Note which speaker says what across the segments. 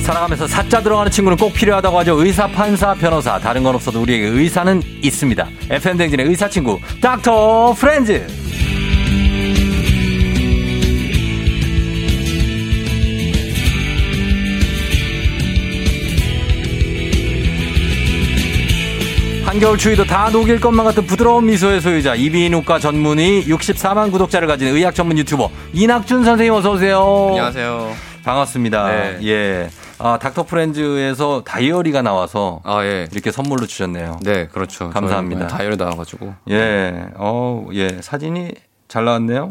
Speaker 1: 살아가면서 사자 들어가는 친구는 꼭 필요하다고 하죠. 의사, 판사, 변호사. 다른 건 없어도 우리에게 의사는 있습니다. FM댕진의 의사친구, 닥터 프렌즈. 한겨울 추위도 다 녹일 것만 같은 부드러운 미소의 소유자 이비인후과 전문의 64만 구독자를 가진 의학 전문 유튜버 이낙준 선생님 어서 오세요.
Speaker 2: 안녕하세요.
Speaker 1: 반갑습니다.
Speaker 2: 네.
Speaker 1: 예. 아, 닥터 프렌즈에서 다이어리가 나와서
Speaker 2: 아 예.
Speaker 1: 이렇게 선물로 주셨네요.
Speaker 2: 네, 그렇죠.
Speaker 1: 감사합니다.
Speaker 2: 저희 다이어리 나와가지고.
Speaker 1: 예. 어, 예. 사진이 잘 나왔네요.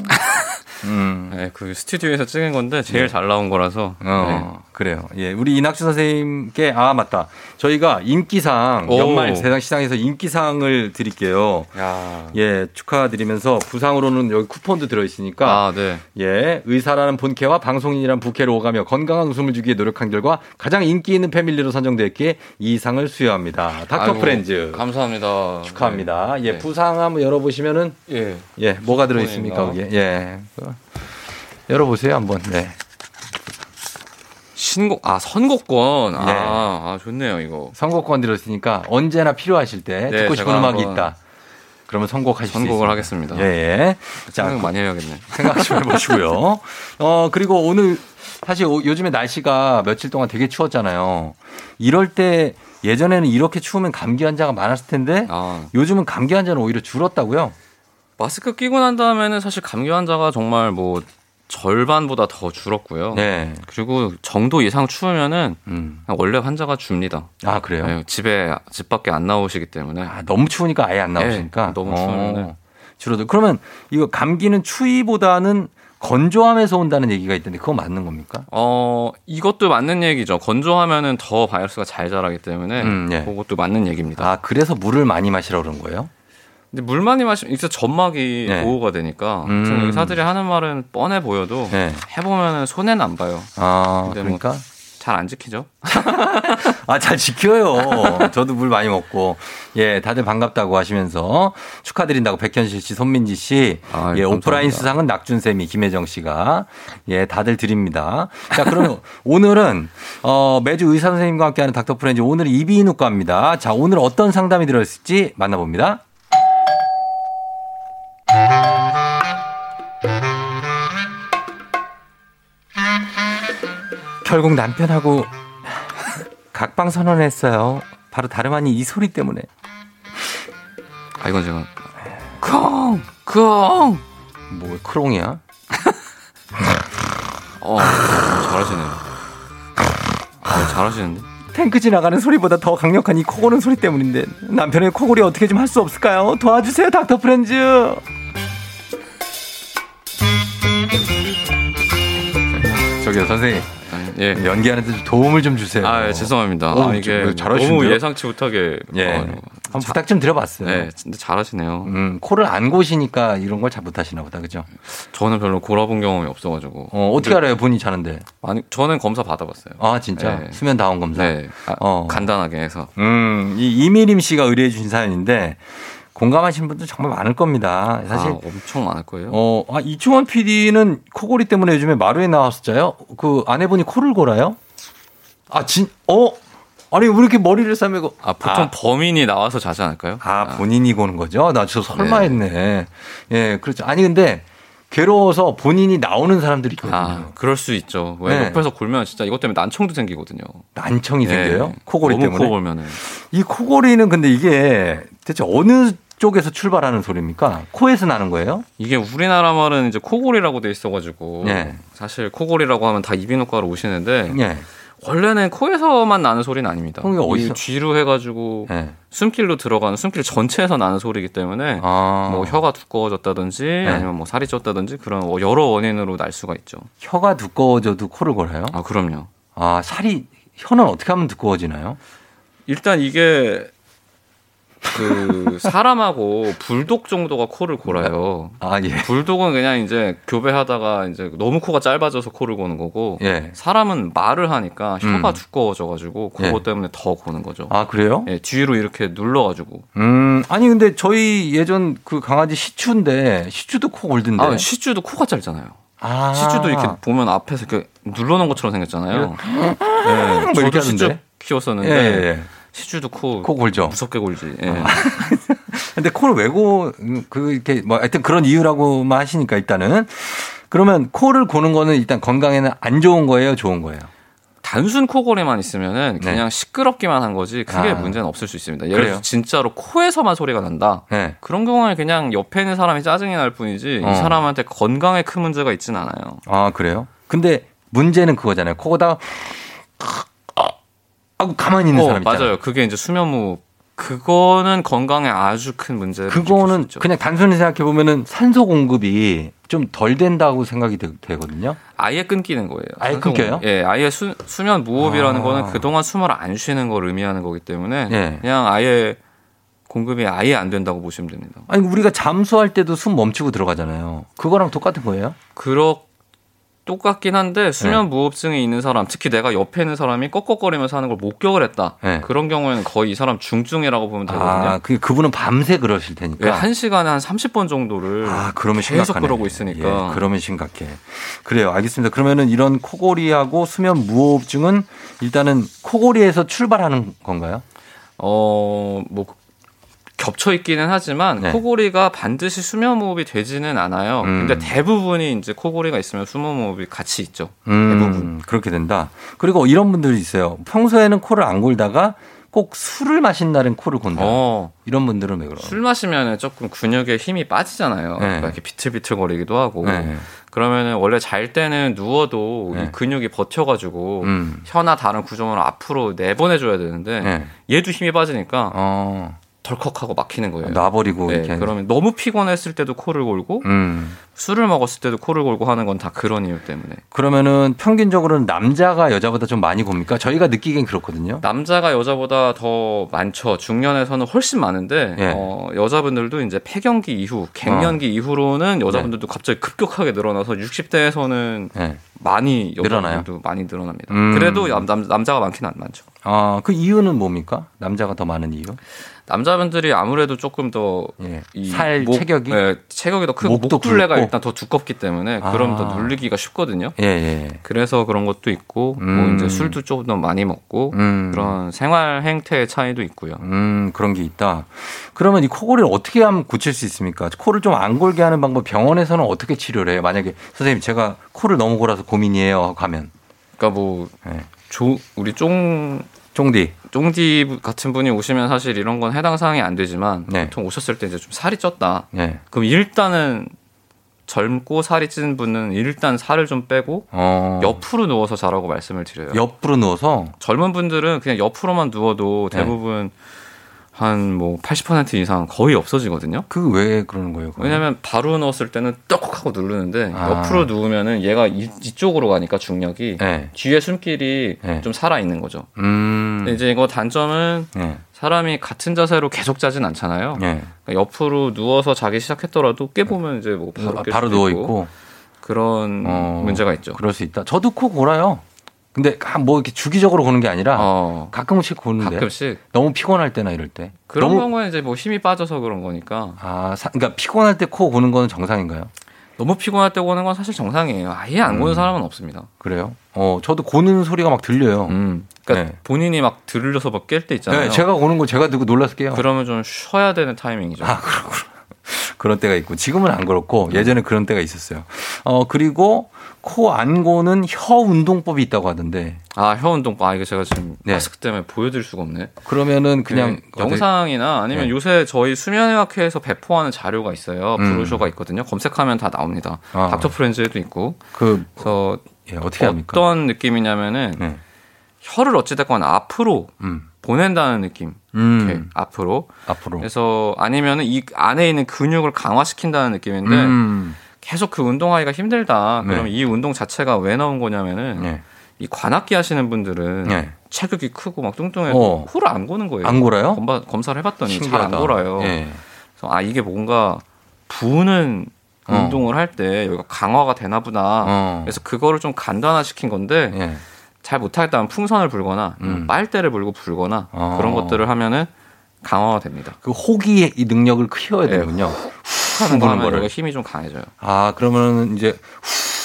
Speaker 1: 음. 네.
Speaker 2: 네, 그 스튜디오에서 찍은 건데 제일 잘 나온 거라서.
Speaker 1: 어, 그래요. 예. 우리 이낙준 선생님께, 아, 맞다. 저희가 인기상,
Speaker 2: 오.
Speaker 1: 연말 세상 시상에서 인기상을 드릴게요.
Speaker 2: 네. 야.
Speaker 1: 예, 축하드리면서 부상으로는 여기 쿠폰도 들어있으니까
Speaker 2: 아 네.
Speaker 1: 예, 의사라는 본캐와 방송인이란 부캐로 오가며 건강한 웃음을 주기에 노력한 결과 가장 인기 있는 패밀리로 선정됐기에 이 상을 수여합니다. 닥터
Speaker 2: 아이고,
Speaker 1: 프렌즈
Speaker 2: 감사합니다.
Speaker 1: 축하합니다.
Speaker 2: 네.
Speaker 1: 예, 부상 한번 열어보시면은
Speaker 2: 네. 예.
Speaker 1: 예, 뭐가 들어있습니까 거기에?
Speaker 2: 쿠폰인가?
Speaker 1: 예, 그, 열어보세요 한번. 네,
Speaker 2: 신곡 아 선곡권.
Speaker 1: 네.
Speaker 2: 아, 아 좋네요 이거.
Speaker 1: 선곡권 들어있으니까 언제나 필요하실 때
Speaker 2: 네,
Speaker 1: 듣고 싶은
Speaker 2: 제가
Speaker 1: 음악이
Speaker 2: 한번
Speaker 1: 있다. 그러면 선곡하실 수
Speaker 2: 선곡을
Speaker 1: 있습니다.
Speaker 2: 하겠습니다. 음.
Speaker 1: 예, 예. 자,
Speaker 2: 생각 많이 해야겠네.
Speaker 1: 생각 좀 해보시고요. 어, 그리고 오늘 사실 오- 요즘에 날씨가 며칠 동안 되게 추웠잖아요. 이럴 때 예전에는 이렇게 추우면 감기 환자가 많았을 텐데
Speaker 2: 아
Speaker 1: 요즘은 감기 환자는 오히려 줄었다고요?
Speaker 2: 마스크 끼고 난 다음에는 사실 감기 환자가 정말 뭐 절반보다 더 줄었고요.
Speaker 1: 네.
Speaker 2: 그리고 정도 이상 추우면은
Speaker 1: 음.
Speaker 2: 그냥 원래 환자가 줍니다.
Speaker 1: 아, 그래요?
Speaker 2: 네, 집에 집 밖에 안 나오시기 때문에
Speaker 1: 아, 너무 추우니까 아예 안 나오시니까. 어,
Speaker 2: 네, 너무 추우면은.
Speaker 1: 줄어들. 그러면 이거 감기는 추위보다는 건조함에서 온다는 얘기가 있던데 그거 맞는 겁니까?
Speaker 2: 어 이것도 맞는 얘기죠. 건조하면은 더 바이러스가 잘 자라기 때문에
Speaker 1: 음, 예.
Speaker 2: 그것도 맞는 얘기입니다.
Speaker 1: 아, 그래서 물을 많이 마시라고 그런 거예요?
Speaker 2: 근데 물 많이 마시면 이제 전막이
Speaker 1: 네.
Speaker 2: 보호가 되니까
Speaker 1: 음.
Speaker 2: 저는 의사들이 하는 말은 뻔해 보여도
Speaker 1: 네.
Speaker 2: 해보면은 손해는 안 봐요.
Speaker 1: 아,
Speaker 2: 근데 뭐-
Speaker 1: 그러니까
Speaker 2: 잘 안 지키죠?
Speaker 1: 아, 잘 지켜요. 저도 물 많이 먹고. 예, 다들 반갑다고 하시면서 축하드린다고 백현실 씨, 손민지 씨.
Speaker 2: 아유,
Speaker 1: 예,
Speaker 2: 감사합니다.
Speaker 1: 오프라인 수상은 낙준쌤이, 김혜정 씨가. 예, 다들 드립니다. 자, 그러면 오늘은, 어, 매주 의사 선생님과 함께하는 닥터 프렌즈 오늘 이비인후과입니다. 자, 오늘 어떤 상담이 들어있을지 만나봅니다. 결국 남편하고 각방 선언했어요. 바로 다름 아닌 이 소리 때문에.
Speaker 2: 아 이건 제가 쿵! 쿵!
Speaker 1: 뭐 크롱이야?
Speaker 2: 어 잘하시네요. 아, 잘하시는데?
Speaker 1: 탱크 지나가는 소리보다 더 강력한 이 코고는 소리 때문인데 남편의 코골이 어떻게 좀 할 수 없을까요? 도와주세요, 닥터 프렌즈. 저기요 선생님
Speaker 2: 아니, 예.
Speaker 1: 연기하는데 좀 도움을 좀 주세요.
Speaker 2: 아 예, 죄송합니다.
Speaker 1: 어,
Speaker 2: 아, 이게
Speaker 1: 저- 잘하시는데요?
Speaker 2: 너무 예상치 못하게.
Speaker 1: 예,
Speaker 2: 어,
Speaker 1: 한번 부탁 좀 드려봤어요.
Speaker 2: 네, 근데 잘하시네요.
Speaker 1: 음, 코를 안 고시니까 이런 걸 잘 못하시나 보다, 그죠?
Speaker 2: 저는 별로 골아본 경험이 없어가지고.
Speaker 1: 어, 어떻게 알아요, 본인 자는데?
Speaker 2: 많이 저는 검사 받아봤어요.
Speaker 1: 아, 진짜
Speaker 2: 네.
Speaker 1: 수면 다운 검사.
Speaker 2: 네, 아,
Speaker 1: 어.
Speaker 2: 간단하게 해서.
Speaker 1: 음, 이 이미림 씨가 의뢰해 주신 사연인데 공감하시는 분들 정말 많을 겁니다. 사실
Speaker 2: 아, 엄청 많을 거예요.
Speaker 1: 어, 아, 이충원 PD는 코골이 때문에 요즘에 마루에 나왔었잖아요. 그 아내분이 코를 골아요? 아, 진 어? 아니, 왜 이렇게 머리를 싸매고
Speaker 2: 아 보통 범인이 나와서 자지 않을까요?
Speaker 1: 아, 본인이 고는 거죠? 나 저 설마
Speaker 2: 네.
Speaker 1: 했네. 예, 그렇죠. 아니 근데 괴로워서 본인이 나오는 사람들이 있거든요.
Speaker 2: 아, 그럴 수 있죠. 왜
Speaker 1: 네.
Speaker 2: 옆에서 골면 진짜 이것 때문에 난청도 생기거든요.
Speaker 1: 난청이 생겨요?
Speaker 2: 네.
Speaker 1: 코골이
Speaker 2: 너무
Speaker 1: 때문에.
Speaker 2: 코 골면은
Speaker 1: 이 코골이는 근데 이게 대체 어느 쪽에서 출발하는 소리입니까? 코에서 나는 거예요?
Speaker 2: 이게 우리나라 말은 이제 코골이라고 돼 있어가지고
Speaker 1: 네.
Speaker 2: 사실 코골이라고 하면 다 이비인후과로 오시는데
Speaker 1: 예.
Speaker 2: 원래는 코에서만 나는 소리는 아닙니다.
Speaker 1: 그럼 이게 어디서-
Speaker 2: 이 뒤로 해가지고
Speaker 1: 예.
Speaker 2: 숨길로 들어가는 숨길 전체에서 나는 소리이기 때문에
Speaker 1: 아,
Speaker 2: 뭐 혀가 두꺼워졌다든지 아니면 뭐 살이 쪘다든지 그런 여러 원인으로 날 수가 있죠.
Speaker 1: 혀... 가 두꺼워져도 코를 골아요?
Speaker 2: 아 그럼요.
Speaker 1: 아, 살이 혀는 어떻게 하면 두꺼워지나요?
Speaker 2: 일단 이게 그 사람하고 불독 정도가 코를 골아요.
Speaker 1: 아, 예.
Speaker 2: 불독은 그냥 이제 교배하다가 이제 너무 코가 짧아져서 코를 고는 거고
Speaker 1: 예.
Speaker 2: 사람은 말을 하니까 혀가
Speaker 1: 음.
Speaker 2: 두꺼워져가지고 그것 때문에 더 고는 거죠.
Speaker 1: 아, 그래요?
Speaker 2: 예, 뒤로 이렇게 눌러가지고.
Speaker 1: 음, 아니 근데 저희 예전 그 강아지 시추인데 시추도 코 골든데.
Speaker 2: 아 시주도 코가 짧잖아요.
Speaker 1: 아.
Speaker 2: 시추도 이렇게 보면 앞에서 이렇게 눌러놓은 것처럼 생겼잖아요.
Speaker 1: 뭐
Speaker 2: 네,
Speaker 1: 이렇게
Speaker 2: 저도
Speaker 1: 하는데.
Speaker 2: 시추
Speaker 1: 예,
Speaker 2: 키웠었는데
Speaker 1: 예.
Speaker 2: 시추도 코,
Speaker 1: 코 아. 골죠.
Speaker 2: 무섭게 골지. 예.
Speaker 1: 근데 코를 왜 고, 음, 그, 이렇게, 뭐, 하여튼 그런 이유라고만 하시니까 일단은. 그러면 코를 고는 거는 일단 건강에는 안 좋은 거예요? 좋은 거예요?
Speaker 2: 단순 코골이만 있으면은 그냥 시끄럽기만 한 거지 크게
Speaker 1: 네. 아.
Speaker 2: 문제는 없을 수 있습니다.
Speaker 1: 그래요?
Speaker 2: 예를 들어 진짜로 코에서만 소리가 난다.
Speaker 1: 네.
Speaker 2: 그런 경우에 그냥 옆에 있는 사람이 짜증이 날 뿐이지
Speaker 1: 어.
Speaker 2: 이 사람한테 건강에 큰 문제가 있진 않아요.
Speaker 1: 아, 그래요? 근데 문제는 그거잖아요. 코고다가 아, 하고 가만히 있는
Speaker 2: 어,
Speaker 1: 사람 있잖아요.
Speaker 2: 맞아요. 그게 이제 수면무 그거는 건강에 아주 큰 문제.
Speaker 1: 그거는 그냥 단순히 생각해 보면은 산소 공급이 좀 덜 된다고 생각이 되, 거든요
Speaker 2: 아예 끊기는 거예요.
Speaker 1: 아예
Speaker 2: 산소
Speaker 1: 끊겨요?
Speaker 2: 공급. 예, 아예 수, 수면 무호흡이라는
Speaker 1: 아.
Speaker 2: 거는 그동안 숨을 안 쉬는 걸 의미하는 거기 때문에
Speaker 1: 예.
Speaker 2: 그냥 아예 공급이 아예 안 된다고 보시면 됩니다.
Speaker 1: 아니 우리가 잠수할 때도 숨 멈추고 들어가잖아요. 그거랑 똑같은 거예요?
Speaker 2: 그렇 똑같긴 한데
Speaker 1: 예.
Speaker 2: 수면 무호흡증이 있는 사람, 특히 내가 옆에 있는 사람이 꺽꺽거리면서 하는 걸 목격을 했다.
Speaker 1: 네.
Speaker 2: 그런 경우에는 거의 이 사람 중증이라고 보면 되거든요.
Speaker 1: 아, 그 그분은 밤새 그러실
Speaker 2: 왜
Speaker 1: 테니까.
Speaker 2: 한 시간에 한 30번 정도를
Speaker 1: 아, 그러면
Speaker 2: 계속
Speaker 1: 심각하네.
Speaker 2: 그러고 있으니까.
Speaker 1: 예, 그러면 심각해. 그래요. 알겠습니다. 그러면은 이런 코골이하고 수면 무호흡증은 일단은 코골이에서 출발하는 건가요?
Speaker 2: 어, 뭐 겹쳐 있기는 하지만
Speaker 1: 네.
Speaker 2: 코골이가 반드시 수면 호흡이 되지는 않아요.
Speaker 1: 음.
Speaker 2: 근데 대부분이 이제 코골이가 있으면 수면 호흡이 같이 있죠.
Speaker 1: 대부분 음, 그렇게 된다. 그리고 이런 분들이 있어요. 평소에는 코를 안 골다가 꼭 술을 마신 날은 코를 곤다.
Speaker 2: 어,
Speaker 1: 이런 분들은 왜 그러나요?
Speaker 2: 술 마시면 조금 근육에 힘이 빠지잖아요.
Speaker 1: 네.
Speaker 2: 그러니까 이렇게 비틀비틀거리기도 하고.
Speaker 1: 네.
Speaker 2: 그러면은 원래 잘 때는 누워도
Speaker 1: 네.
Speaker 2: 이 근육이 버텨가지고
Speaker 1: 음.
Speaker 2: 혀나 다른 구조물을 앞으로 내보내줘야 되는데
Speaker 1: 네.
Speaker 2: 얘도 힘이 빠지니까
Speaker 1: 어,
Speaker 2: 덜컥하고 막히는 거예요.
Speaker 1: 놔버리고
Speaker 2: 네,
Speaker 1: 이렇게.
Speaker 2: 그러면 너무 피곤했을 때도 코를 골고
Speaker 1: 음.
Speaker 2: 술을 먹었을 때도 코를 골고 하는 건 다 그런 이유 때문에
Speaker 1: 그러면은 평균적으로는 남자가 여자보다 좀 많이 곱니까? 저희가 느끼기엔 그렇거든요.
Speaker 2: 남자가 여자보다 더 많죠. 중년에서는 훨씬 많은데
Speaker 1: 예. 아.
Speaker 2: 어, 여자분들도 이제 폐경기 이후, 갱년기 이후로는 여자분들도 갑자기 급격하게 늘어나서 60대에서는
Speaker 1: 네.
Speaker 2: 많이
Speaker 1: 늘어나요?
Speaker 2: 여자분들도 많이 늘어납니다.
Speaker 1: 음.
Speaker 2: 그래도 남, 남, 남자가 많긴 안 많죠.
Speaker 1: 아, 그 이유는 뭡니까? 남자가 더 많은 이유?
Speaker 2: 남자분들이 아무래도 조금 더
Speaker 1: 예.
Speaker 2: 이
Speaker 1: 살
Speaker 2: 목-
Speaker 1: 체격이?
Speaker 2: 예, 체격이 더 크고
Speaker 1: 목도
Speaker 2: 목둘레가
Speaker 1: 굵고.
Speaker 2: 일단 더 두껍기 때문에
Speaker 1: 아.
Speaker 2: 그럼 더 눌리기가 쉽거든요.
Speaker 1: 예, 예.
Speaker 2: 그래서 그런 것도 있고 뭐
Speaker 1: 음.
Speaker 2: 이제 술도 조금 더 많이 먹고
Speaker 1: 음.
Speaker 2: 그런 생활 행태의 차이도 있고요.
Speaker 1: 음, 그런 게 있다. 그러면 이 코골이를 어떻게 하면 고칠 수 있습니까? 코를 좀 안 골게 하는 방법 병원에서는 어떻게 치료를 해요? 만약에 선생님 제가 코를 너무 골아서 고민이에요 하고 가면.
Speaker 2: 그러니까 뭐
Speaker 1: 예.
Speaker 2: 조, 우리 쫑
Speaker 1: 쫑디.
Speaker 2: 쫑디 같은 분이 오시면 사실 이런 건 해당 사항이 안 되지만
Speaker 1: 네.
Speaker 2: 보통 오셨을 때 이제 좀 살이 쪘다.
Speaker 1: 예.
Speaker 2: 그럼 일단은 젊고 살이 찐 분은 일단 살을 좀 빼고
Speaker 1: 어.
Speaker 2: 옆으로 누워서 자라고 말씀을 드려요.
Speaker 1: 옆으로 누워서
Speaker 2: 젊은 분들은 그냥 옆으로만 누워도
Speaker 1: 네.
Speaker 2: 대부분 한 뭐 80% 이상 거의 없어지거든요.
Speaker 1: 그 왜 그러는 거예요? 그건?
Speaker 2: 왜냐면 바로 누웠을 때는 떡하고 누르는데
Speaker 1: 음. 아.
Speaker 2: 옆으로 누우면은 얘가 이, 이쪽으로 가니까 중력이
Speaker 1: 예.
Speaker 2: 뒤에 숨길이
Speaker 1: 네.
Speaker 2: 좀 살아 있는 거죠.
Speaker 1: 음.
Speaker 2: 근데 네, 이제 이거 단점은
Speaker 1: 예.
Speaker 2: 사람이 같은 자세로 계속 자진 않잖아요.
Speaker 1: 예.
Speaker 2: 그러니까 옆으로 누워서 자기 시작했더라도 깨 보면 이제 뭐 바로,
Speaker 1: 바로,
Speaker 2: 깰 수도
Speaker 1: 누워 있고
Speaker 2: 그런
Speaker 1: 어.
Speaker 2: 문제가 있죠.
Speaker 1: 그럴 수 있다. 저도 코 골아요. 근데 뭐 이렇게 주기적으로 고는 게 아니라
Speaker 2: 어,
Speaker 1: 가끔씩 고는데
Speaker 2: 가끔씩
Speaker 1: 너무 피곤할 때나 이럴 때.
Speaker 2: 그런
Speaker 1: 너무
Speaker 2: 경우에 이제 뭐 힘이 빠져서 그런 거니까
Speaker 1: 아, 사- 그러니까 피곤할 때 코 고는 거는 정상인가요?
Speaker 2: 너무 피곤할 때 오는 건 사실 정상이에요. 아예 안 고는
Speaker 1: 음.
Speaker 2: 사람은 없습니다.
Speaker 1: 그래요? 어, 저도 고는 소리가 막 들려요.
Speaker 2: 음. 그러니까
Speaker 1: 네.
Speaker 2: 본인이 막 들려서 막 깰 때 있잖아요.
Speaker 1: 네, 제가 고는 거 제가 듣고 놀라서 깨요.
Speaker 2: 그러면 좀 쉬어야 되는 타이밍이죠.
Speaker 1: 아, 그렇구나.
Speaker 2: 그렇죠.
Speaker 1: 그런 때가 있고 지금은 안
Speaker 2: 음.
Speaker 1: 그렇고 예전에 그런 때가 있었어요. 어, 그리고 코 안 고는 혀 운동법이 있다고 하던데
Speaker 2: 아, 혀 운동. 아, 이거 제가 지금
Speaker 1: 네.
Speaker 2: 마스크 때문에 보여드릴 수가 없네.
Speaker 1: 그러면은 그냥
Speaker 2: 그 영상이나 아니면
Speaker 1: 네.
Speaker 2: 요새 저희 수면의학회에서 배포하는 자료가 있어요.
Speaker 1: 음.
Speaker 2: 브로셔가 있거든요. 검색하면 다 나옵니다.
Speaker 1: 아.
Speaker 2: 닥터 프렌즈에도 있고.
Speaker 1: 그
Speaker 2: 그래서
Speaker 1: 예, 어떻게 합니까?
Speaker 2: 어떤 느낌이냐면은
Speaker 1: 네.
Speaker 2: 혀를 어찌됐건 앞으로
Speaker 1: 음.
Speaker 2: 보낸다는 느낌.
Speaker 1: 음.
Speaker 2: 이렇게 앞으로.
Speaker 1: 앞으로.
Speaker 2: 그래서 아니면은 이 안에 있는 근육을 강화시킨다는 느낌인데
Speaker 1: 음.
Speaker 2: 계속 그 운동하기가 힘들다.
Speaker 1: 네.
Speaker 2: 그러면 이 운동 자체가 왜 나온 거냐면은
Speaker 1: 예.
Speaker 2: 이 관악기 하시는 분들은
Speaker 1: 예.
Speaker 2: 체격이 크고 막 뚱뚱해서
Speaker 1: 어.
Speaker 2: 코를 안 고는 거예요.
Speaker 1: 안 골아요?
Speaker 2: 검바, 검사를 해봤더니 잘
Speaker 1: 신기하다.
Speaker 2: 안 골아요.
Speaker 1: 예.
Speaker 2: 그래서 아 이게 뭔가 부는
Speaker 1: 어.
Speaker 2: 운동을 할 때 여기가 강화가 되나 보다.
Speaker 1: 어.
Speaker 2: 그래서 그거를 좀 간단화 시킨 건데
Speaker 1: 예.
Speaker 2: 잘 못하겠다면 풍선을 불거나
Speaker 1: 음.
Speaker 2: 빨대를 불고 불거나
Speaker 1: 어.
Speaker 2: 그런 것들을 하면은 강화가 됩니다.
Speaker 1: 그 호기의 이 능력을 키워야
Speaker 2: 예.
Speaker 1: 되는군요.
Speaker 2: 하는 거
Speaker 1: 부는
Speaker 2: 하면
Speaker 1: 거를.
Speaker 2: 여기 힘이 좀 강해져요.
Speaker 1: 아, 그러면은 이제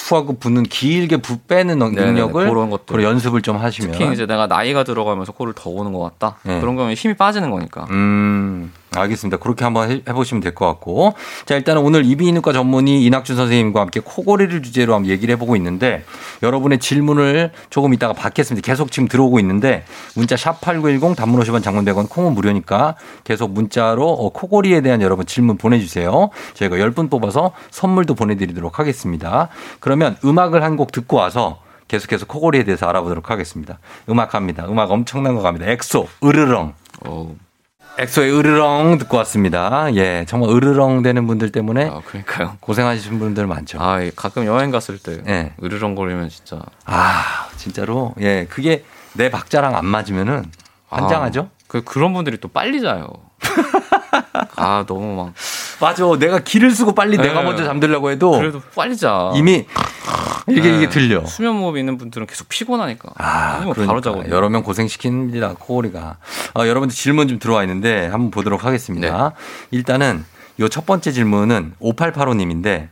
Speaker 1: 푸하고 부는 길게 부 빼는 능-
Speaker 2: 네네네,
Speaker 1: 능력을
Speaker 2: 그런 것들.
Speaker 1: 그런 연습을 좀 하시면
Speaker 2: 특히 이제 내가 나이가 들어가면서 코를 더 오는 것 같다.
Speaker 1: 네.
Speaker 2: 그런 거면 힘이 빠지는 거니까.
Speaker 1: 음, 알겠습니다. 그렇게 한번 해, 보시면 될 것 같고. 자, 일단은 오늘 이비인후과 전문의 이낙준 선생님과 함께 코골이를 주제로 한번 얘기를 해보고 있는데 여러분의 질문을 조금 이따가 받겠습니다. 계속 지금 들어오고 있는데 문자 샵8910 단문 50원 장문 100원 콩은 무료니까 계속 문자로 어, 코골이에 대한 여러분 질문 보내주세요. 저희가 10분 뽑아서 선물도 보내드리도록 하겠습니다. 그러면 음악을 한 곡 듣고 와서 계속해서 코골이에 대해서 알아보도록 하겠습니다. 음악 합니다. 음악 엄청난 거 갑니다. 엑소, 으르렁.
Speaker 2: 어,
Speaker 1: 엑소의 으르렁 듣고 왔습니다. 예, 정말 으르렁 되는 분들 때문에
Speaker 2: 아, 그러니까요.
Speaker 1: 고생하시는 분들 많죠.
Speaker 2: 아, 이 가끔 여행 갔을 때
Speaker 1: 예.
Speaker 2: 으르렁거리면 진짜
Speaker 1: 아, 진짜로. 예, 그게 내 박자랑 안 맞으면은 환장하죠?
Speaker 2: 아, 그 그런 분들이 또 빨리 자요. 아 너무 막
Speaker 1: 맞아. 내가 기를 쓰고 빨리 내가
Speaker 2: 예.
Speaker 1: 먼저 잠들려고 해도
Speaker 2: 그래도 빨리 자.
Speaker 1: 이미 이게
Speaker 2: 예.
Speaker 1: 어. 이게 들려.
Speaker 2: 수면 무호흡 있는 분들은 계속 피곤하니까.
Speaker 1: 아,
Speaker 2: 아니면
Speaker 1: 그러니까.
Speaker 2: 바로 자거든요.
Speaker 1: 여러 명 고생시킵니다. 코골이가. 어, 여러분들 질문 좀 들어와 있는데 한번 보도록
Speaker 2: 네.
Speaker 1: 하겠습니다. 일단은 요 첫 번째 질문은 5885님인데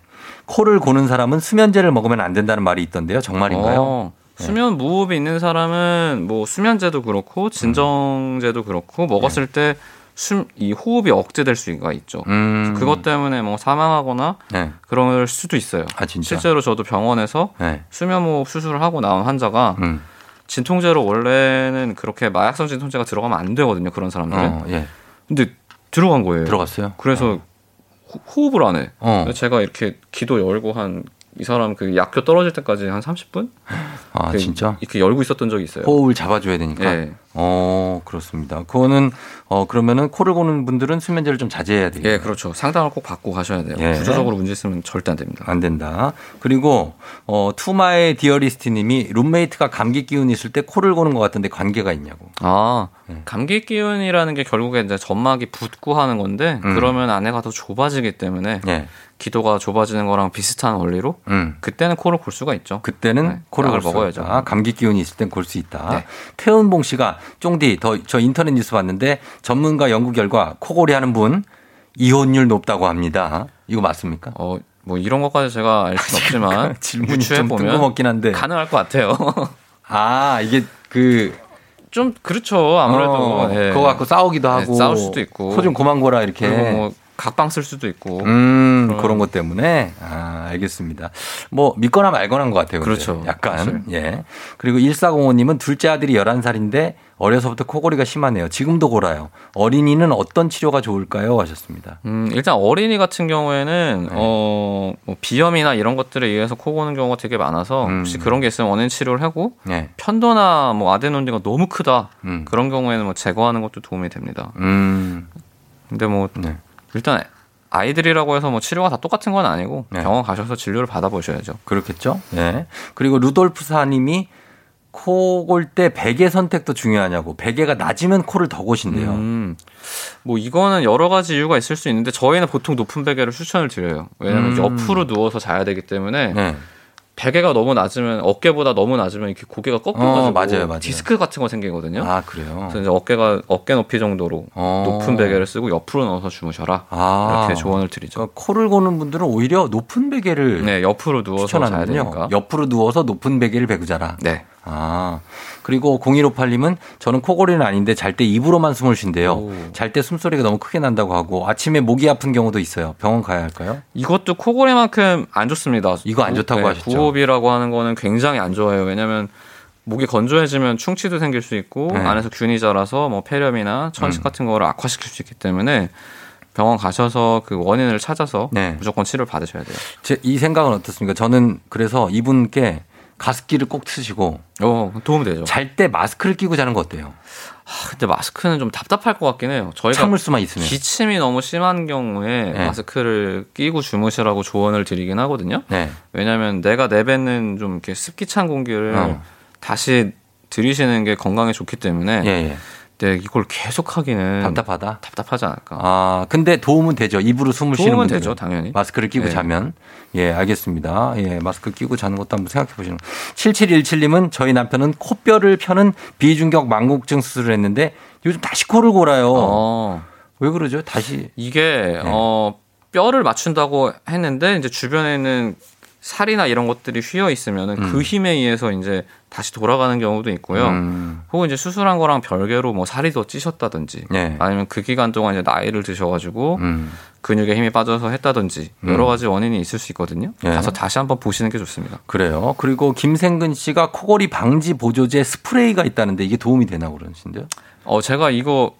Speaker 1: 코를 고는 사람은 수면제를 먹으면 안 된다는 말이 있던데요. 정말인가요? 예.
Speaker 2: 어, 수면 무호흡이 있는 사람은 뭐 수면제도 그렇고 진정제도 그렇고 먹었을 때 숨, 이 호흡이 억제될 수가 있죠.
Speaker 1: 음.
Speaker 2: 그것 때문에 뭐 사망하거나
Speaker 1: 네.
Speaker 2: 그럴 수도 있어요.
Speaker 1: 아 진짜.
Speaker 2: 실제로 저도 병원에서
Speaker 1: 네.
Speaker 2: 수면호흡 수술을 하고 나온 환자가
Speaker 1: 음.
Speaker 2: 진통제로 원래는 그렇게 마약성 진통제가 들어가면 안 되거든요. 그런 사람들은.
Speaker 1: 어, 예.
Speaker 2: 근데 들어간 거예요.
Speaker 1: 들어갔어요.
Speaker 2: 그래서 호- 호흡을 안 해.
Speaker 1: 어.
Speaker 2: 그래서 제가 이렇게 기도 열고 한 이 사람 그 약효 떨어질 때까지 한 30분
Speaker 1: 아
Speaker 2: 그-
Speaker 1: 진짜.
Speaker 2: 이렇게 열고 있었던 적이 있어요.
Speaker 1: 호흡을 잡아줘야 되니까.
Speaker 2: 예.
Speaker 1: 어 그렇습니다. 그거는 어 그러면은 코를 고는 분들은 수면제를 좀 자제해야 돼요.
Speaker 2: 예, 그렇죠. 상담을 꼭 받고 가셔야 돼요.
Speaker 1: 예.
Speaker 2: 구조적으로 문제 있으면 절대 안 됩니다.
Speaker 1: 안 된다. 그리고 어 투마의 디어리스트님이 룸메이트가 감기 기운 있을 때 코를 고는 것 같은데 관계가 있냐고.
Speaker 2: 아,
Speaker 1: 음.
Speaker 2: 감기 기운이라는 게 결국에 이제 점막이 붓고 하는 건데
Speaker 1: 음.
Speaker 2: 그러면 안에가 더 좁아지기 때문에
Speaker 1: 예.
Speaker 2: 기도가 좁아지는 거랑 비슷한 원리로
Speaker 1: 음.
Speaker 2: 그때는 코를 골 수가 있죠.
Speaker 1: 그때는
Speaker 2: 네,
Speaker 1: 코를
Speaker 2: 약을
Speaker 1: 골수
Speaker 2: 먹어야죠.
Speaker 1: 있다. 감기 기운이 있을 땐 골 수 있다.
Speaker 2: 네.
Speaker 1: 태은봉 씨가 쫑디 더 저 인터넷 뉴스 봤는데 전문가 연구 결과 코골이 하는 분 이혼율 높다고 합니다. 이거 맞습니까?
Speaker 2: 어, 뭐 이런 것까지 제가 알 수는 없지만
Speaker 1: 아, 그 질문이 좀
Speaker 2: 유추해보면
Speaker 1: 뜬금없긴 한데.
Speaker 2: 가능할 것 같아요.
Speaker 1: 아 이게 그
Speaker 2: 좀 그렇죠. 아무래도
Speaker 1: 어,
Speaker 2: 예.
Speaker 1: 그거 갖고 싸우기도
Speaker 2: 네,
Speaker 1: 하고
Speaker 2: 싸울 수도 있고.
Speaker 1: 코좀 고만 고라 이렇게
Speaker 2: 그리고 뭐 각방 쓸 수도 있고
Speaker 1: 네. 음 그런 것 때문에 아 알겠습니다 뭐 믿거나 말거나인 것 같아요 근데.
Speaker 2: 그렇죠.
Speaker 1: 약간
Speaker 2: 맞아요.
Speaker 1: 예 그리고 1405님은 둘째 아들이 11살인데 어려서부터 코골이가 심하네요 지금도 골아요 어린이는 어떤 치료가 좋을까요 하셨습니다
Speaker 2: 음, 일단 어린이 같은 경우에는
Speaker 1: 네.
Speaker 2: 어, 뭐 비염이나 이런 것들에 의해서 코 고는 경우가 되게 많아서
Speaker 1: 음.
Speaker 2: 혹시 그런 게 있으면 원인 치료를 하고
Speaker 1: 예
Speaker 2: 편도나 뭐 아데노이가 너무 크다
Speaker 1: 음.
Speaker 2: 그런 경우에는 뭐 제거하는 것도 도움이 됩니다.
Speaker 1: 음,
Speaker 2: 근데 뭐
Speaker 1: 네.
Speaker 2: 일단 아이들이라고 해서 뭐 치료가 다 똑같은 건 아니고
Speaker 1: 네.
Speaker 2: 병원 가셔서 진료를 받아보셔야죠.
Speaker 1: 그렇겠죠. 예. 그리고 루돌프사님이 코골 때 베개 선택도 중요하냐고. 베개가 낮으면 코를 더 고신대요.
Speaker 2: 음, 뭐 이거는 여러 가지 이유가 있을 수 있는데 저희는 보통 높은 베개를 추천을 드려요. 왜냐하면
Speaker 1: 음.
Speaker 2: 옆으로 누워서 자야 되기 때문에
Speaker 1: 예.
Speaker 2: 베개가 너무 낮으면 어깨보다 너무 낮으면 이렇게 고개가 꺾여가지고
Speaker 1: 어, 맞아요, 맞아요.
Speaker 2: 디스크 같은 거 생기거든요.
Speaker 1: 아 그래요.
Speaker 2: 그래서 이제 어깨가 어깨 높이 정도로
Speaker 1: 어.
Speaker 2: 높은 베개를 쓰고 옆으로 넣어서 주무셔라
Speaker 1: 아.
Speaker 2: 이렇게 조언을 드리죠.
Speaker 1: 그러니까 코를 고는 분들은 오히려 높은 베개를
Speaker 2: 네, 옆으로 누워서 자야
Speaker 1: 추천하는군요.
Speaker 2: 되니까.
Speaker 1: 옆으로 누워서 높은 베개를 베고 자라.
Speaker 2: 네.
Speaker 1: 아 그리고 0158님은 저는 코골이는 아닌데 잘 때 입으로만 숨을 쉰대요.
Speaker 2: 오.
Speaker 1: 잘 때 숨소리가 너무 크게 난다고 하고 아침에 목이 아픈 경우도 있어요. 병원 가야 할까요?
Speaker 2: 이것도 코골이만큼 안 좋습니다. 네,
Speaker 1: 이거 안
Speaker 2: 구-
Speaker 1: 좋다고 하셨죠?
Speaker 2: 구호흡이라고 하는 거는 굉장히 안 좋아요. 왜냐면 목이 건조해지면 충치도 생길 수 있고
Speaker 1: 네. 음.
Speaker 2: 안에서 균이 자라서 뭐 폐렴이나 천식 같은 거를 악화시킬 수 있기 때문에 병원 가셔서 그 원인을 찾아서
Speaker 1: 네.
Speaker 2: 무조건 치료를 받으셔야 돼요.
Speaker 1: 제 이 생각은 어떻습니까? 저는 그래서 이분께 가습기를 꼭 쓰시고
Speaker 2: 어, 도움 되죠.
Speaker 1: 잘 때 마스크를 끼고 자는 거 어때요?
Speaker 2: 아, 근데 마스크는 좀 답답할 것 같긴 해요. 저희가
Speaker 1: 참을 수만 있으면.
Speaker 2: 기침이 너무 심한 경우에
Speaker 1: 네.
Speaker 2: 마스크를 끼고 주무시라고 조언을 드리긴 하거든요.
Speaker 1: 네.
Speaker 2: 왜냐하면 내가 내뱉는 좀 이렇게 습기 찬 공기를
Speaker 1: 어.
Speaker 2: 다시 들이시는 게 건강에 좋기 때문에
Speaker 1: 예, 예.
Speaker 2: 근데 이걸 계속 하기는
Speaker 1: 답답하다.
Speaker 2: 답답하지 않을까.
Speaker 1: 아, 근데 도움은 되죠. 입으로 숨을 쉬는
Speaker 2: 도움은
Speaker 1: 분들은.
Speaker 2: 되죠, 당연히.
Speaker 1: 마스크를 끼고
Speaker 2: 네.
Speaker 1: 자면. 예, 알겠습니다. 예, 마스크 끼고 자는 것도 한번 생각해 보시는. 7717님은 저희 남편은 코뼈를 펴는 비중격 망곡증 수술을 했는데 요즘 다시 코를 골아요.
Speaker 2: 어,
Speaker 1: 왜 그러죠? 다시.
Speaker 2: 이게 어, 뼈를 맞춘다고 했는데 이제 주변에 있는 살이나 이런 것들이 휘어 있으면 은그 힘에 의해서 이제 다시 돌아가는 경우도 있고요.
Speaker 1: 음.
Speaker 2: 혹은 이제 수술한 거랑 별개로 뭐 살이 더 찌셨다든지
Speaker 1: 예.
Speaker 2: 아니면 그 기간 동안 이제 나이를 드셔가지고
Speaker 1: 음.
Speaker 2: 근육에 힘이 빠져서 했다든지 여러 가지 원인이 있을 수 있거든요.
Speaker 1: 예.
Speaker 2: 가서 다시 한번 보시는 게 좋습니다.
Speaker 1: 그래요. 그리고 김생근 씨가 코골이 방지 보조제 스프레이가 있다는데 이게 도움이 되나 그러신데요?
Speaker 2: 어 제가 이거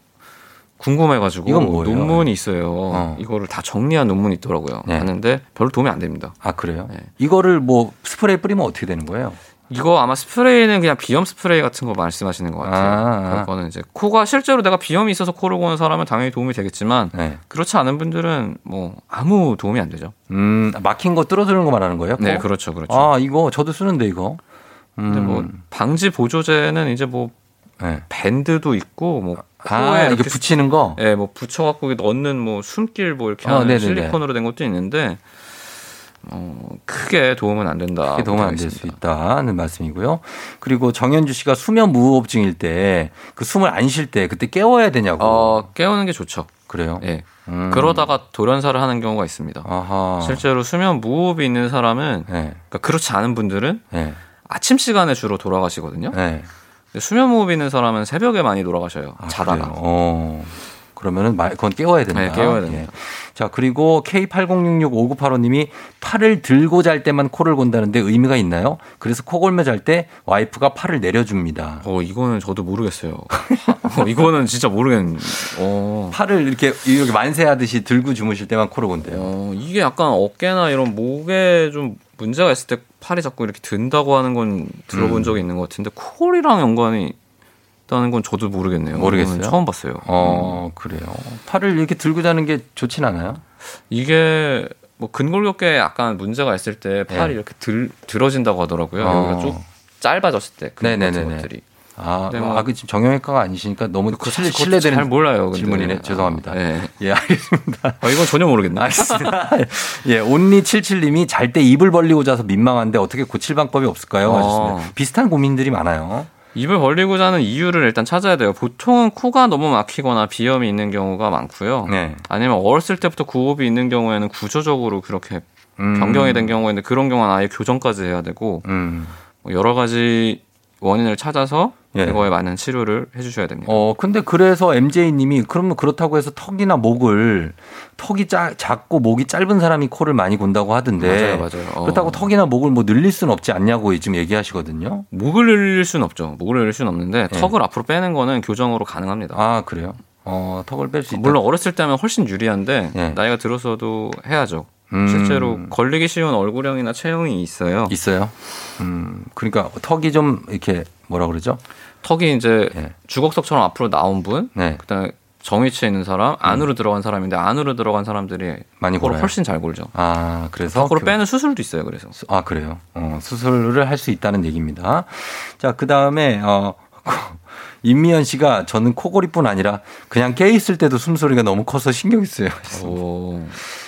Speaker 2: 궁금해가지고
Speaker 1: 이건 뭐예요?
Speaker 2: 논문이 있어요.
Speaker 1: 어.
Speaker 2: 이거를 다 정리한 논문이 있더라고요.
Speaker 1: 네.
Speaker 2: 봤는데 별로 도움이 안 됩니다.
Speaker 1: 아 그래요?
Speaker 2: 네.
Speaker 1: 이거를 뭐 스프레이 뿌리면 어떻게 되는 거예요?
Speaker 2: 이거 아마 스프레이는 그냥 비염 스프레이 같은 거 말씀하시는 것
Speaker 1: 아, 아.
Speaker 2: 같아요. 그거는 이제 코가 실제로 내가 비염이 있어서 코를 고는 사람은 당연히 도움이 되겠지만
Speaker 1: 네.
Speaker 2: 그렇지 않은 분들은 뭐 아무 도움이 안 되죠.
Speaker 1: 음 막힌 거 뚫어주는 거 말하는 거예요?
Speaker 2: 네,
Speaker 1: 코?
Speaker 2: 그렇죠, 그렇죠.
Speaker 1: 아 이거 저도 쓰는데 이거. 음.
Speaker 2: 근데 뭐 방지 보조제는 이제 뭐
Speaker 1: 네.
Speaker 2: 밴드도 있고 뭐 코에
Speaker 1: 아 이렇게
Speaker 2: 이렇게
Speaker 1: 붙이는 거.
Speaker 2: 예, 뭐 붙여갖고 넣는 뭐 숨길 뭐 이렇게
Speaker 1: 어,
Speaker 2: 하는
Speaker 1: 네네네.
Speaker 2: 실리콘으로 된 것도 있는데 어, 크게 도움은 안 된다.
Speaker 1: 크게 아, 도움 안될 수 있다는 말씀이고요. 그리고 정현주 씨가 수면 무호흡증일 때 그 숨을 안 쉴 때 그때 깨워야 되냐고.
Speaker 2: 어, 깨우는 게 좋죠.
Speaker 1: 그래요.
Speaker 2: 예.
Speaker 1: 음.
Speaker 2: 그러다가 돌연사를 하는 경우가 있습니다.
Speaker 1: 아하.
Speaker 2: 실제로 수면 무호흡이 있는 사람은
Speaker 1: 네.
Speaker 2: 그러니까 그렇지 않은 분들은
Speaker 1: 네.
Speaker 2: 아침 시간에 주로 돌아가시거든요.
Speaker 1: 네.
Speaker 2: 근데 수면 무호흡이 있는 사람은 새벽에 많이 돌아가셔요.
Speaker 1: 아,
Speaker 2: 자다가.
Speaker 1: 그래요? 어. 그러면은 말 그건 깨워야 된다.
Speaker 2: 네, 깨워야 됩니다.
Speaker 1: 예. 자, 그리고 K80665985 님이 팔을 들고 잘 때만 코를 곤다는데 의미가 있나요? 그래서 코 골며 잘 때 와이프가 팔을 내려 줍니다.
Speaker 2: 어, 이거는 저도 모르겠어요. 어, 이거는 진짜 모르겠는. 어.
Speaker 1: 팔을 이렇게 이렇게 만세하듯이 들고 주무실 때만 코를 곤대요.
Speaker 2: 어, 이게 약간 어깨나 이런 목에 좀 문제가 있을 때 팔이 자꾸 이렇게 든다고 하는 건 들어본 적이 있는 것 같은데 콜이랑 연관이 있다는 건 저도 모르겠네요.
Speaker 1: 모르겠어요?
Speaker 2: 이거는 처음 봤어요.
Speaker 1: 어, 그래요. 팔을 이렇게 들고 자는 게 좋진 않아요?
Speaker 2: 이게 뭐 근골격에 약간 문제가 있을 때 팔이
Speaker 1: 네.
Speaker 2: 이렇게 들, 들어진다고 하더라고요.
Speaker 1: 어.
Speaker 2: 여기가 쭉 짧아졌을 때 근육 같은
Speaker 1: 네네네네.
Speaker 2: 것들이.
Speaker 1: 아,
Speaker 2: 네, 뭐.
Speaker 1: 아, 그 지금 정형외과가 아니시니까 너무 실례,
Speaker 2: 그것도
Speaker 1: 실례되는
Speaker 2: 잘 몰라요. 근데.
Speaker 1: 질문이네. 죄송합니다.
Speaker 2: 아, 네.
Speaker 1: 예, 알겠습니다.
Speaker 2: 아, 이건 전혀 모르겠네.
Speaker 1: 알겠습니다. 예, 온리77님이 잘 때 입을 벌리고 자서 민망한데 어떻게 고칠 방법이 없을까요?
Speaker 2: 어.
Speaker 1: 하셨습니다. 비슷한 고민들이 많아요.
Speaker 2: 입을 벌리고 자는 이유를 일단 찾아야 돼요. 보통은 코가 너무 막히거나 비염이 있는 경우가 많고요.
Speaker 1: 네.
Speaker 2: 아니면 어렸을 때부터 구호흡이 있는 경우에는 구조적으로 그렇게
Speaker 1: 음.
Speaker 2: 변경이 된 경우에는 그런 경우는 아예 교정까지 해야 되고
Speaker 1: 음.
Speaker 2: 뭐 여러 가지 원인을 찾아서
Speaker 1: 예.
Speaker 2: 그거에 맞는 치료를 해주셔야 됩니다.
Speaker 1: 어, 근데 그래서 MJ님이 그러면 그렇다고 해서 턱이나 목을 턱이 짜, 작고 목이 짧은 사람이 코를 많이 곤다고 하던데.
Speaker 2: 맞아요, 맞아요. 어.
Speaker 1: 네. 그렇다고 턱이나 목을 뭐 늘릴 수는 없지 않냐고 지금 얘기하시거든요.
Speaker 2: 목을 늘릴 순 없죠. 목을 늘릴 순 없는데
Speaker 1: 예.
Speaker 2: 턱을 앞으로 빼는 거는 교정으로 가능합니다.
Speaker 1: 아, 그래요? 어, 턱을 뺄 수 있다.
Speaker 2: 물론 어렸을 때면 훨씬 유리한데
Speaker 1: 예.
Speaker 2: 나이가 들어서도 해야죠.
Speaker 1: 음.
Speaker 2: 실제로 걸리기 쉬운 얼굴형이나 체형이 있어요.
Speaker 1: 있어요. 음, 그러니까 턱이 좀 이렇게 뭐라 그러죠?
Speaker 2: 턱이 이제
Speaker 1: 예.
Speaker 2: 주걱턱처럼 앞으로 나온 분,
Speaker 1: 네.
Speaker 2: 그다음에 정위치에 있는 사람, 안으로 들어간 사람인데 안으로 들어간 사람들이
Speaker 1: 음. 많이
Speaker 2: 코를
Speaker 1: 골아요.
Speaker 2: 훨씬 잘 골죠.
Speaker 1: 아, 그래서
Speaker 2: 코로
Speaker 1: 그-
Speaker 2: 빼는 수술도 있어요. 그래서
Speaker 1: 수- 아, 그래요. 어, 수술을 할 수 있다는 얘기입니다. 자, 그다음에 어 임미연 씨가 저는 코골이뿐 아니라 그냥 깨 있을 때도 숨소리가 너무 커서 신경이 쓰여요.
Speaker 2: 오.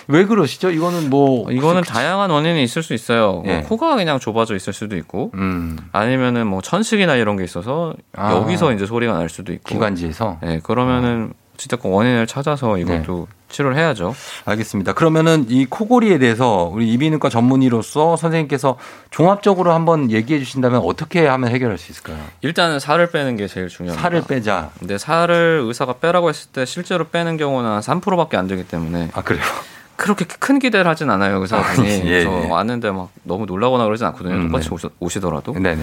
Speaker 1: 왜 그러시죠? 이거는 뭐
Speaker 2: 이거는 다양한 원인이 있을 수 있어요.
Speaker 1: 예.
Speaker 2: 뭐 코가 그냥 좁아져 있을 수도 있고
Speaker 1: 음,
Speaker 2: 아니면은 뭐 천식이나 이런 게 있어서
Speaker 1: 아.
Speaker 2: 여기서 이제 소리가 날 수도 있고.
Speaker 1: 기관지에서
Speaker 2: 예, 그러면은
Speaker 1: 아.
Speaker 2: 어쨌든 원인을 찾아서 이것도
Speaker 1: 네.
Speaker 2: 치료를 해야죠.
Speaker 1: 알겠습니다. 그러면은 이 코골이에 대해서 우리 이비인후과 전문의로서 선생님께서 종합적으로 한번 얘기해 주신다면 어떻게 하면 해결할 수 있을까요?
Speaker 2: 일단은 살을 빼는 게 제일 중요합니다.
Speaker 1: 살을 빼자.
Speaker 2: 근데 살을 의사가 빼라고 했을 때 실제로 빼는 경우는 한 3%밖에 안 되기 때문에
Speaker 1: 아 그래요?
Speaker 2: 그렇게 큰 기대를 하진 않아요 의사분이
Speaker 1: 예,
Speaker 2: 그래서
Speaker 1: 예.
Speaker 2: 왔는데 막 너무 놀라거나 그러진 않거든요
Speaker 1: 음,
Speaker 2: 똑같이
Speaker 1: 네.
Speaker 2: 오시- 오시더라도
Speaker 1: 네네.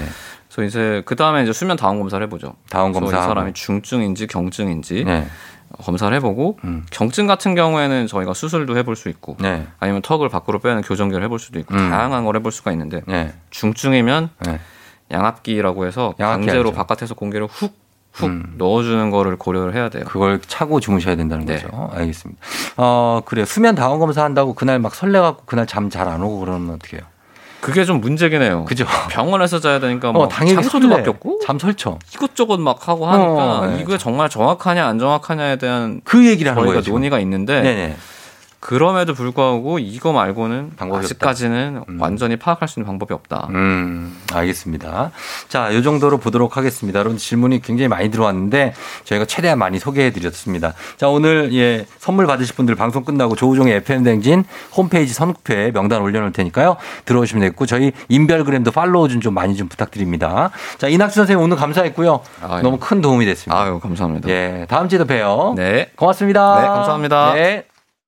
Speaker 2: 그래서 이제 그 다음에 이제 수면 다운 검사를 해보죠
Speaker 1: 다운
Speaker 2: 그래서
Speaker 1: 검사.
Speaker 2: 이 사람이 중증인지 경증인지
Speaker 1: 네.
Speaker 2: 검사를 해보고
Speaker 1: 음.
Speaker 2: 경증 같은 경우에는 저희가 수술도 해볼 수 있고
Speaker 1: 네.
Speaker 2: 아니면 턱을 밖으로 빼는 교정기를 해볼 수도 있고
Speaker 1: 음.
Speaker 2: 다양한 걸 해볼 수가 있는데
Speaker 1: 네.
Speaker 2: 중증이면
Speaker 1: 네.
Speaker 2: 양압기라고 해서
Speaker 1: 양압기
Speaker 2: 강제로
Speaker 1: 알죠. 음.
Speaker 2: 바깥에서 공기를 훅 훅 넣어주는 거를 고려를 해야 돼요
Speaker 1: 그걸 차고 주무셔야 된다는
Speaker 2: 네.
Speaker 1: 거죠. 알겠습니다. 어 그래 수면 다운 검사 한다고 그날 막 설레갖고 그날 잠 잘 안 오고 그러면 어떡해요?
Speaker 2: 그게 좀 문제긴 해요
Speaker 1: 그죠?
Speaker 2: 병원에서 자야 되니까
Speaker 1: 어
Speaker 2: 뭐
Speaker 1: 당연히
Speaker 2: 장소도
Speaker 1: 설레.
Speaker 2: 바뀌었고
Speaker 1: 잠 설쳐.
Speaker 2: 이것저것 막 하고 하니까
Speaker 1: 어, 네.
Speaker 2: 이게 정말 정확하냐 안 정확하냐에 대한
Speaker 1: 그 얘기를 하는
Speaker 2: 저희가
Speaker 1: 거예요. 지금.
Speaker 2: 논의가 있는데
Speaker 1: 네네.
Speaker 2: 그럼에도 불구하고 이거 말고는
Speaker 1: 방법이 없다.
Speaker 2: 아직까지는
Speaker 1: 음.
Speaker 2: 완전히 파악할 수 있는 방법이 없다.
Speaker 1: 음, 알겠습니다. 자, 요 정도로 보도록 하겠습니다. 여러분 질문이 굉장히 많이 들어왔는데 저희가 최대한 많이 소개해 드렸습니다. 자, 오늘 예, 선물 받으실 분들 방송 끝나고 조우종의 FM 댕진 홈페이지 선곡표에 명단 올려 놓을 테니까요. 들어오시면 되겠고 저희 인별그램도 팔로우 좀, 좀 많이 좀 부탁드립니다. 자, 이낙수 선생님 오늘 감사했고요.
Speaker 2: 아유. 예.
Speaker 1: 너무 큰 도움이 됐습니다.
Speaker 2: 아유 감사합니다.
Speaker 1: 예, 다음 주에도 봬요.
Speaker 2: 네.
Speaker 1: 고맙습니다.
Speaker 2: 네, 감사합니다.
Speaker 1: 네.